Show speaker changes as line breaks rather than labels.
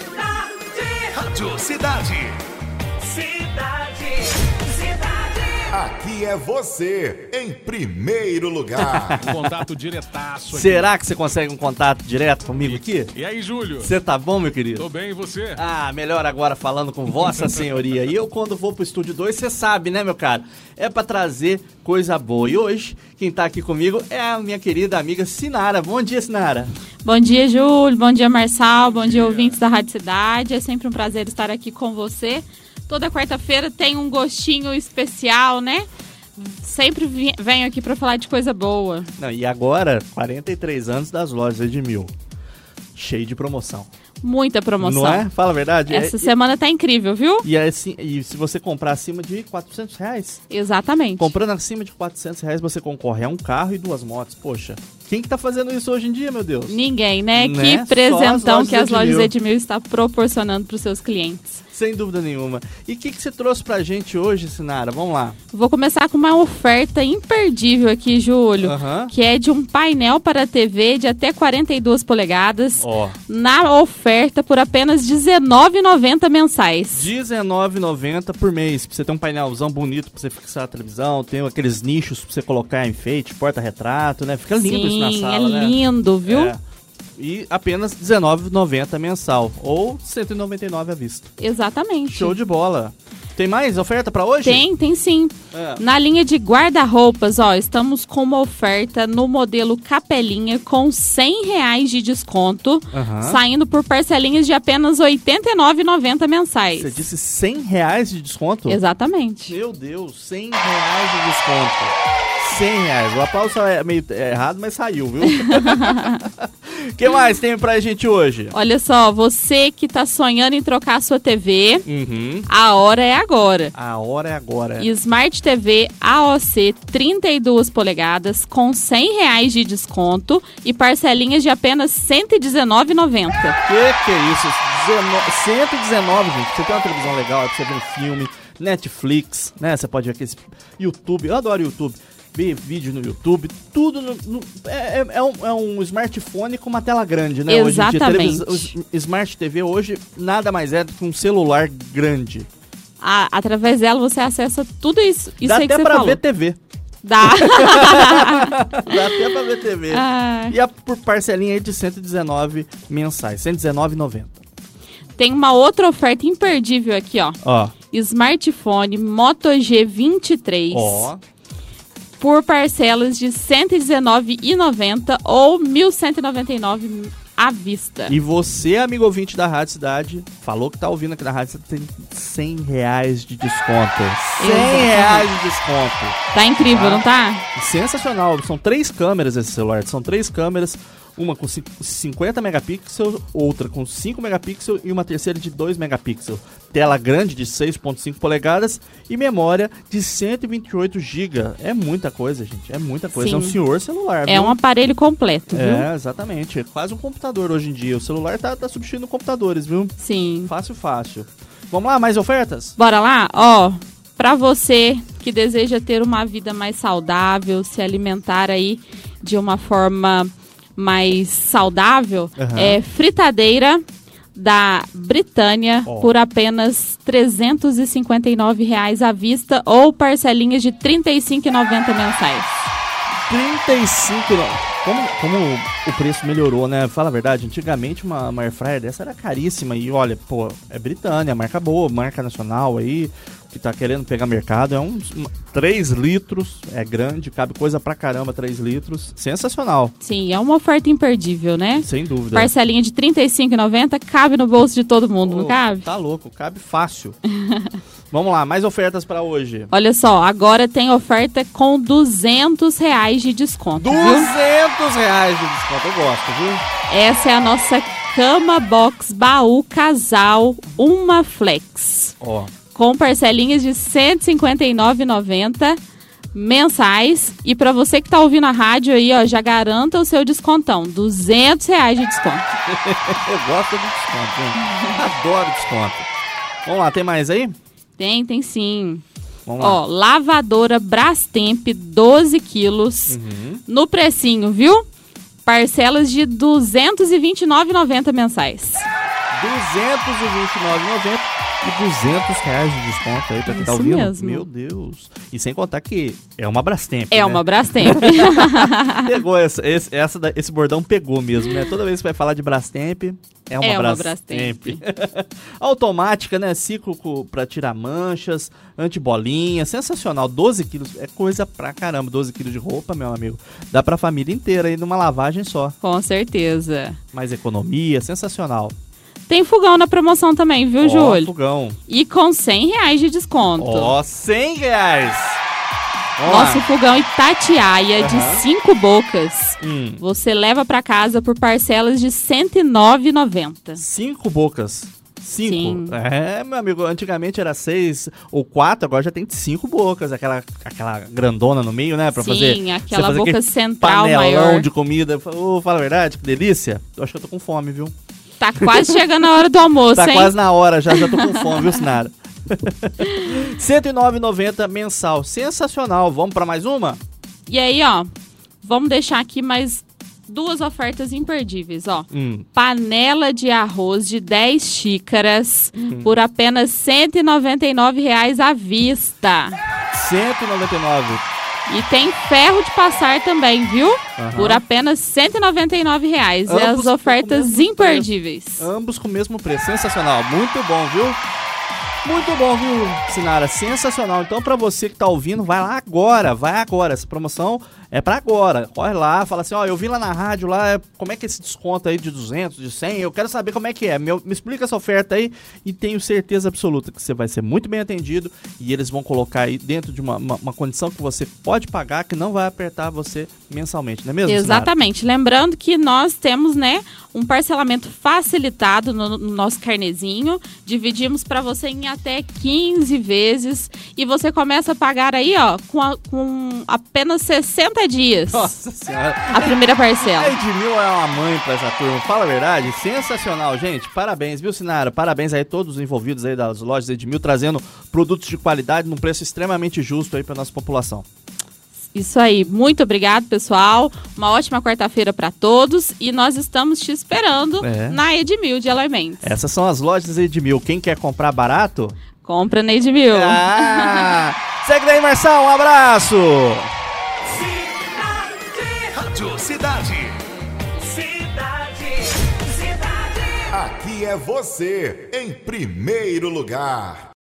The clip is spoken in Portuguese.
Cidade,
Rádio Cidade.
cidade, cidade.
Aqui é você, em primeiro lugar.
Um contato diretaço aqui.
Será que você consegue um contato direto comigo aqui?
E aí, Júlio?
Você tá bom, meu querido?
Tô bem, e você?
Ah, melhor agora falando com Vossa Senhoria. E eu, quando vou pro Estúdio 2, você sabe, né, meu caro? É pra trazer coisa boa. E hoje, quem tá aqui comigo é a minha querida amiga Sinara. Bom dia, Sinara.
Bom dia, Júlio. Bom dia, Marçal. Bom dia, ouvintes da Rádio Cidade. É sempre um prazer estar aqui com você. Toda quarta-feira tem um gostinho especial, né? Sempre vi- venho aqui pra falar de coisa boa.
Não, e agora, 43 anos das lojas de mil. Cheio de promoção.
Muita promoção.
Não é? Fala a verdade.
Essa
É-
semana tá incrível, viu?
e, e assim, e se você comprar acima de 400 reais,
Exatamente.
Comprando acima de 400 reais, você concorre a um carro e duas motos. Poxa, quem que tá fazendo isso hoje em dia, meu Deus?
Ninguém, né?
Né?
Que presentão
Só as
que as
lojas Edmil.
lojas Edmil está proporcionando para os seus clientes.
Sem dúvida nenhuma. E o que, que você trouxe pra gente hoje, Sinara? Vamos lá.
Vou começar com uma oferta imperdível aqui, Júlio,
Aham.
que é de um painel para TV de até 42 polegadas.
Ó,
na oferta por apenas R$19,90 mensais.
R$19,90 por mês. Pra você ter um painelzão bonito pra você fixar a televisão. Tem aqueles nichos pra você colocar enfeite, porta-retrato, né? Fica lindo isso na
Sim,
sala, né?
é lindo, viu?
É. E apenas R$19,90 mensal. Ou R$199 à vista.
Exatamente.
Show de bola. Tem mais oferta pra hoje?
Tem, tem sim.
É.
Na linha de guarda-roupas, ó, estamos com uma oferta no modelo Capelinha com R$ 100 reais de desconto,
Aham.
saindo por parcelinhas de apenas R$ 89,90 mensais.
Você disse 100 reais de desconto?
Exatamente.
Meu Deus, 100 reais de desconto. 100 reais. O aplauso só é meio é errado, mas saiu, viu? O que mais tem pra gente hoje?
Olha só, você que tá sonhando em trocar a sua TV,
Uhum.
a hora é agora.
A hora é agora.
E Smart TV AOC 32 polegadas com R$ 100 reais de desconto e parcelinhas de apenas R$ 119,90.
Que que é isso? Dezeno- 119, gente. Você tem uma televisão legal, é pra você ver um filme, Netflix, né? Você pode ver aqueles YouTube. Eu adoro YouTube. Ver vídeo no YouTube, tudo no, no- é, é- é um, é um smartphone com uma tela grande, né? Hoje em dia,
Exatamente.
televis- o s- Smart TV hoje nada mais é do que um celular grande.
A- Através dela você acessa tudo isso, isso
Dá
aí que
até
você
pra
falou.
ver TV.
Dá.
Dá até pra ver TV.
Ah,
E a por parcelinha aí de 119 mensais, 119,90.
Tem uma outra oferta imperdível aqui, ó.
Ó.
Smartphone Moto G23
Ó.
por parcelas de R$ 119,90 ou R$ 1.199 à vista.
E você, amigo ouvinte da Rádio Cidade, falou que tá ouvindo aqui na Rádio Cidade, tem 100 reais de desconto. 100
Exatamente.
reais de desconto.
Tá
Tá.
incrível, não tá?
Sensacional. São três câmeras esse celular. São três câmeras. Uma com cin- 50 megapixels, outra com 5 megapixels e uma terceira de 2 megapixels. Tela grande de 6.5 polegadas e memória de 128 GB. É muita coisa, gente. É muita coisa. É um
Sim.
senhor celular.
É
viu?
um aparelho completo, viu?
É, exatamente. É quase um computador hoje em dia. O celular tá, tá substituindo computadores, viu?
Sim.
Fácil, fácil. Vamos lá, mais ofertas?
Bora lá? Ó, pra você que deseja ter uma vida mais saudável, se alimentar aí de uma forma mais saudável,
Aham.
é fritadeira da Britânia
Ó.
por apenas R$ 359 reais à vista ou parcelinhas de R$ 35,90 mensais.
35, não. Como, como o preço melhorou, né? Fala a verdade, antigamente uma, uma air fryer dessa era caríssima. E olha, pô, é Britânia, marca boa, marca nacional aí, que tá querendo pegar mercado. É uns 3 litros, é grande, cabe coisa pra caramba, 3 litros. Sensacional,
Sim, é uma oferta imperdível, né?
sem dúvida.
Parcelinha de R$ 35,90 cabe no bolso de todo mundo, não
Pô,
cabe?
Tá louco, cabe fácil. Vamos lá, mais ofertas pra hoje.
Olha só, agora tem oferta com 200 reais de desconto. viu?
200 reais de desconto, eu gosto, viu?
Essa é a nossa cama box baú casal uma flex
Ó,
com parcelinhas de 159,90 mensais e pra você que tá ouvindo a rádio aí, ó, já garanta o seu descontão, 200 reais de desconto.
eu gosto do desconto, hein? Adoro desconto. Vamos lá, tem mais aí?
Tem, tem sim.
Vamos lá.
Ó, lavadora Brastemp 12 quilos
Uhum.
no precinho, viu? Parcelas de 229,90 mensais.
229,90 e 200 reais de desconto aí pra quem tá
Isso
ouvindo.
mesmo.
Meu Deus. E sem contar que é uma Brastemp,
É
né?
uma Brastemp.
Pegou essa, esse, essa da- esse bordão pegou mesmo, né? Toda vez que vai falar de Brastemp, é uma
É uma
Brastemp. Automática, né? Cíclico pra tirar manchas, antibolinha, sensacional. 12 quilos, é coisa pra caramba. 12 quilos de roupa, meu amigo. Dá pra família inteira aí numa lavagem só.
Com certeza.
Mais economia, sensacional.
Tem fogão na promoção também, viu,
Ó,
Júlio?
fogão.
E com 100 reais de desconto.
Ó, 100 reais. Vamos lá.
Nosso fogão Itatiaia de
Aham.
5 bocas.
Hum,
Você leva pra casa por parcelas de R$ 109,90.
cinco bocas. Cinco.
Sim.
É, meu amigo, antigamente era seis ou quatro, agora já tem cinco bocas. Aquela, aquela grandona no meio, né? Pra
Sim,
fazer. você
aquela
fazer
boca
aquele
central
panelão
maior.
de comida. Ô, fala a verdade, que delícia. Eu acho que eu tô com fome, viu?
Tá quase chegando a hora do almoço,
Tá
hein?
quase na hora, já, já tô com fome, viu, Sinara? R$ 109,90 mensal. Sensacional. Vamos pra mais uma?
E aí, ó, vamos deixar aqui mais duas ofertas imperdíveis, ó.
Hum.
Panela de arroz de 10 xícaras
Uhum.
por apenas R$ 199,00 à vista.
199.
E tem ferro de passar também, viu?
Aham.
Por apenas R$ 199,00. É
Ambos
as
com o
ofertas
mesmo
imperdíveis.
Ambos com o mesmo preço, sensacional. Muito bom, viu? Muito bom, viu, Sinara? Sensacional. Então, pra você que tá ouvindo, vai lá agora, vai agora. Essa promoção é pra agora. Corre lá, fala assim, ó, eu vi lá na rádio, lá, é- como é que é esse desconto aí de 200, de 100? Eu quero saber como é que é. Meu- me explica essa oferta aí e tenho certeza absoluta que você vai ser muito bem atendido e eles vão colocar aí dentro de uma, uma- uma condição que você pode pagar, que não vai apertar você mensalmente, não é mesmo, Sinara?
Exatamente. Lembrando que nós temos, né, um parcelamento facilitado no, no nosso carnezinho. Dividimos para você em até 15 vezes. E você começa a pagar aí, ó, com, a- com apenas 60 dias.
Nossa Senhora.
A primeira
A
parcela.
Edmil é uma mãe pra essa turma, fala a verdade, sensacional, gente. Parabéns, viu, Sinara? Parabéns aí a todos os envolvidos aí das lojas Edmil, trazendo produtos de qualidade num preço extremamente justo aí pra nossa população.
Isso aí. Muito obrigado, pessoal. Uma ótima quarta-feira para todos. E nós estamos te esperando
É.
na Edmil de Alimentos.
Essas são as lojas Edmil. Quem quer comprar barato?
Compra na Edmil.
Ah! Segue daí, Marçal, um abraço!
Cidade.
Rádio Cidade.
Cidade. Cidade.
Aqui é você em primeiro lugar.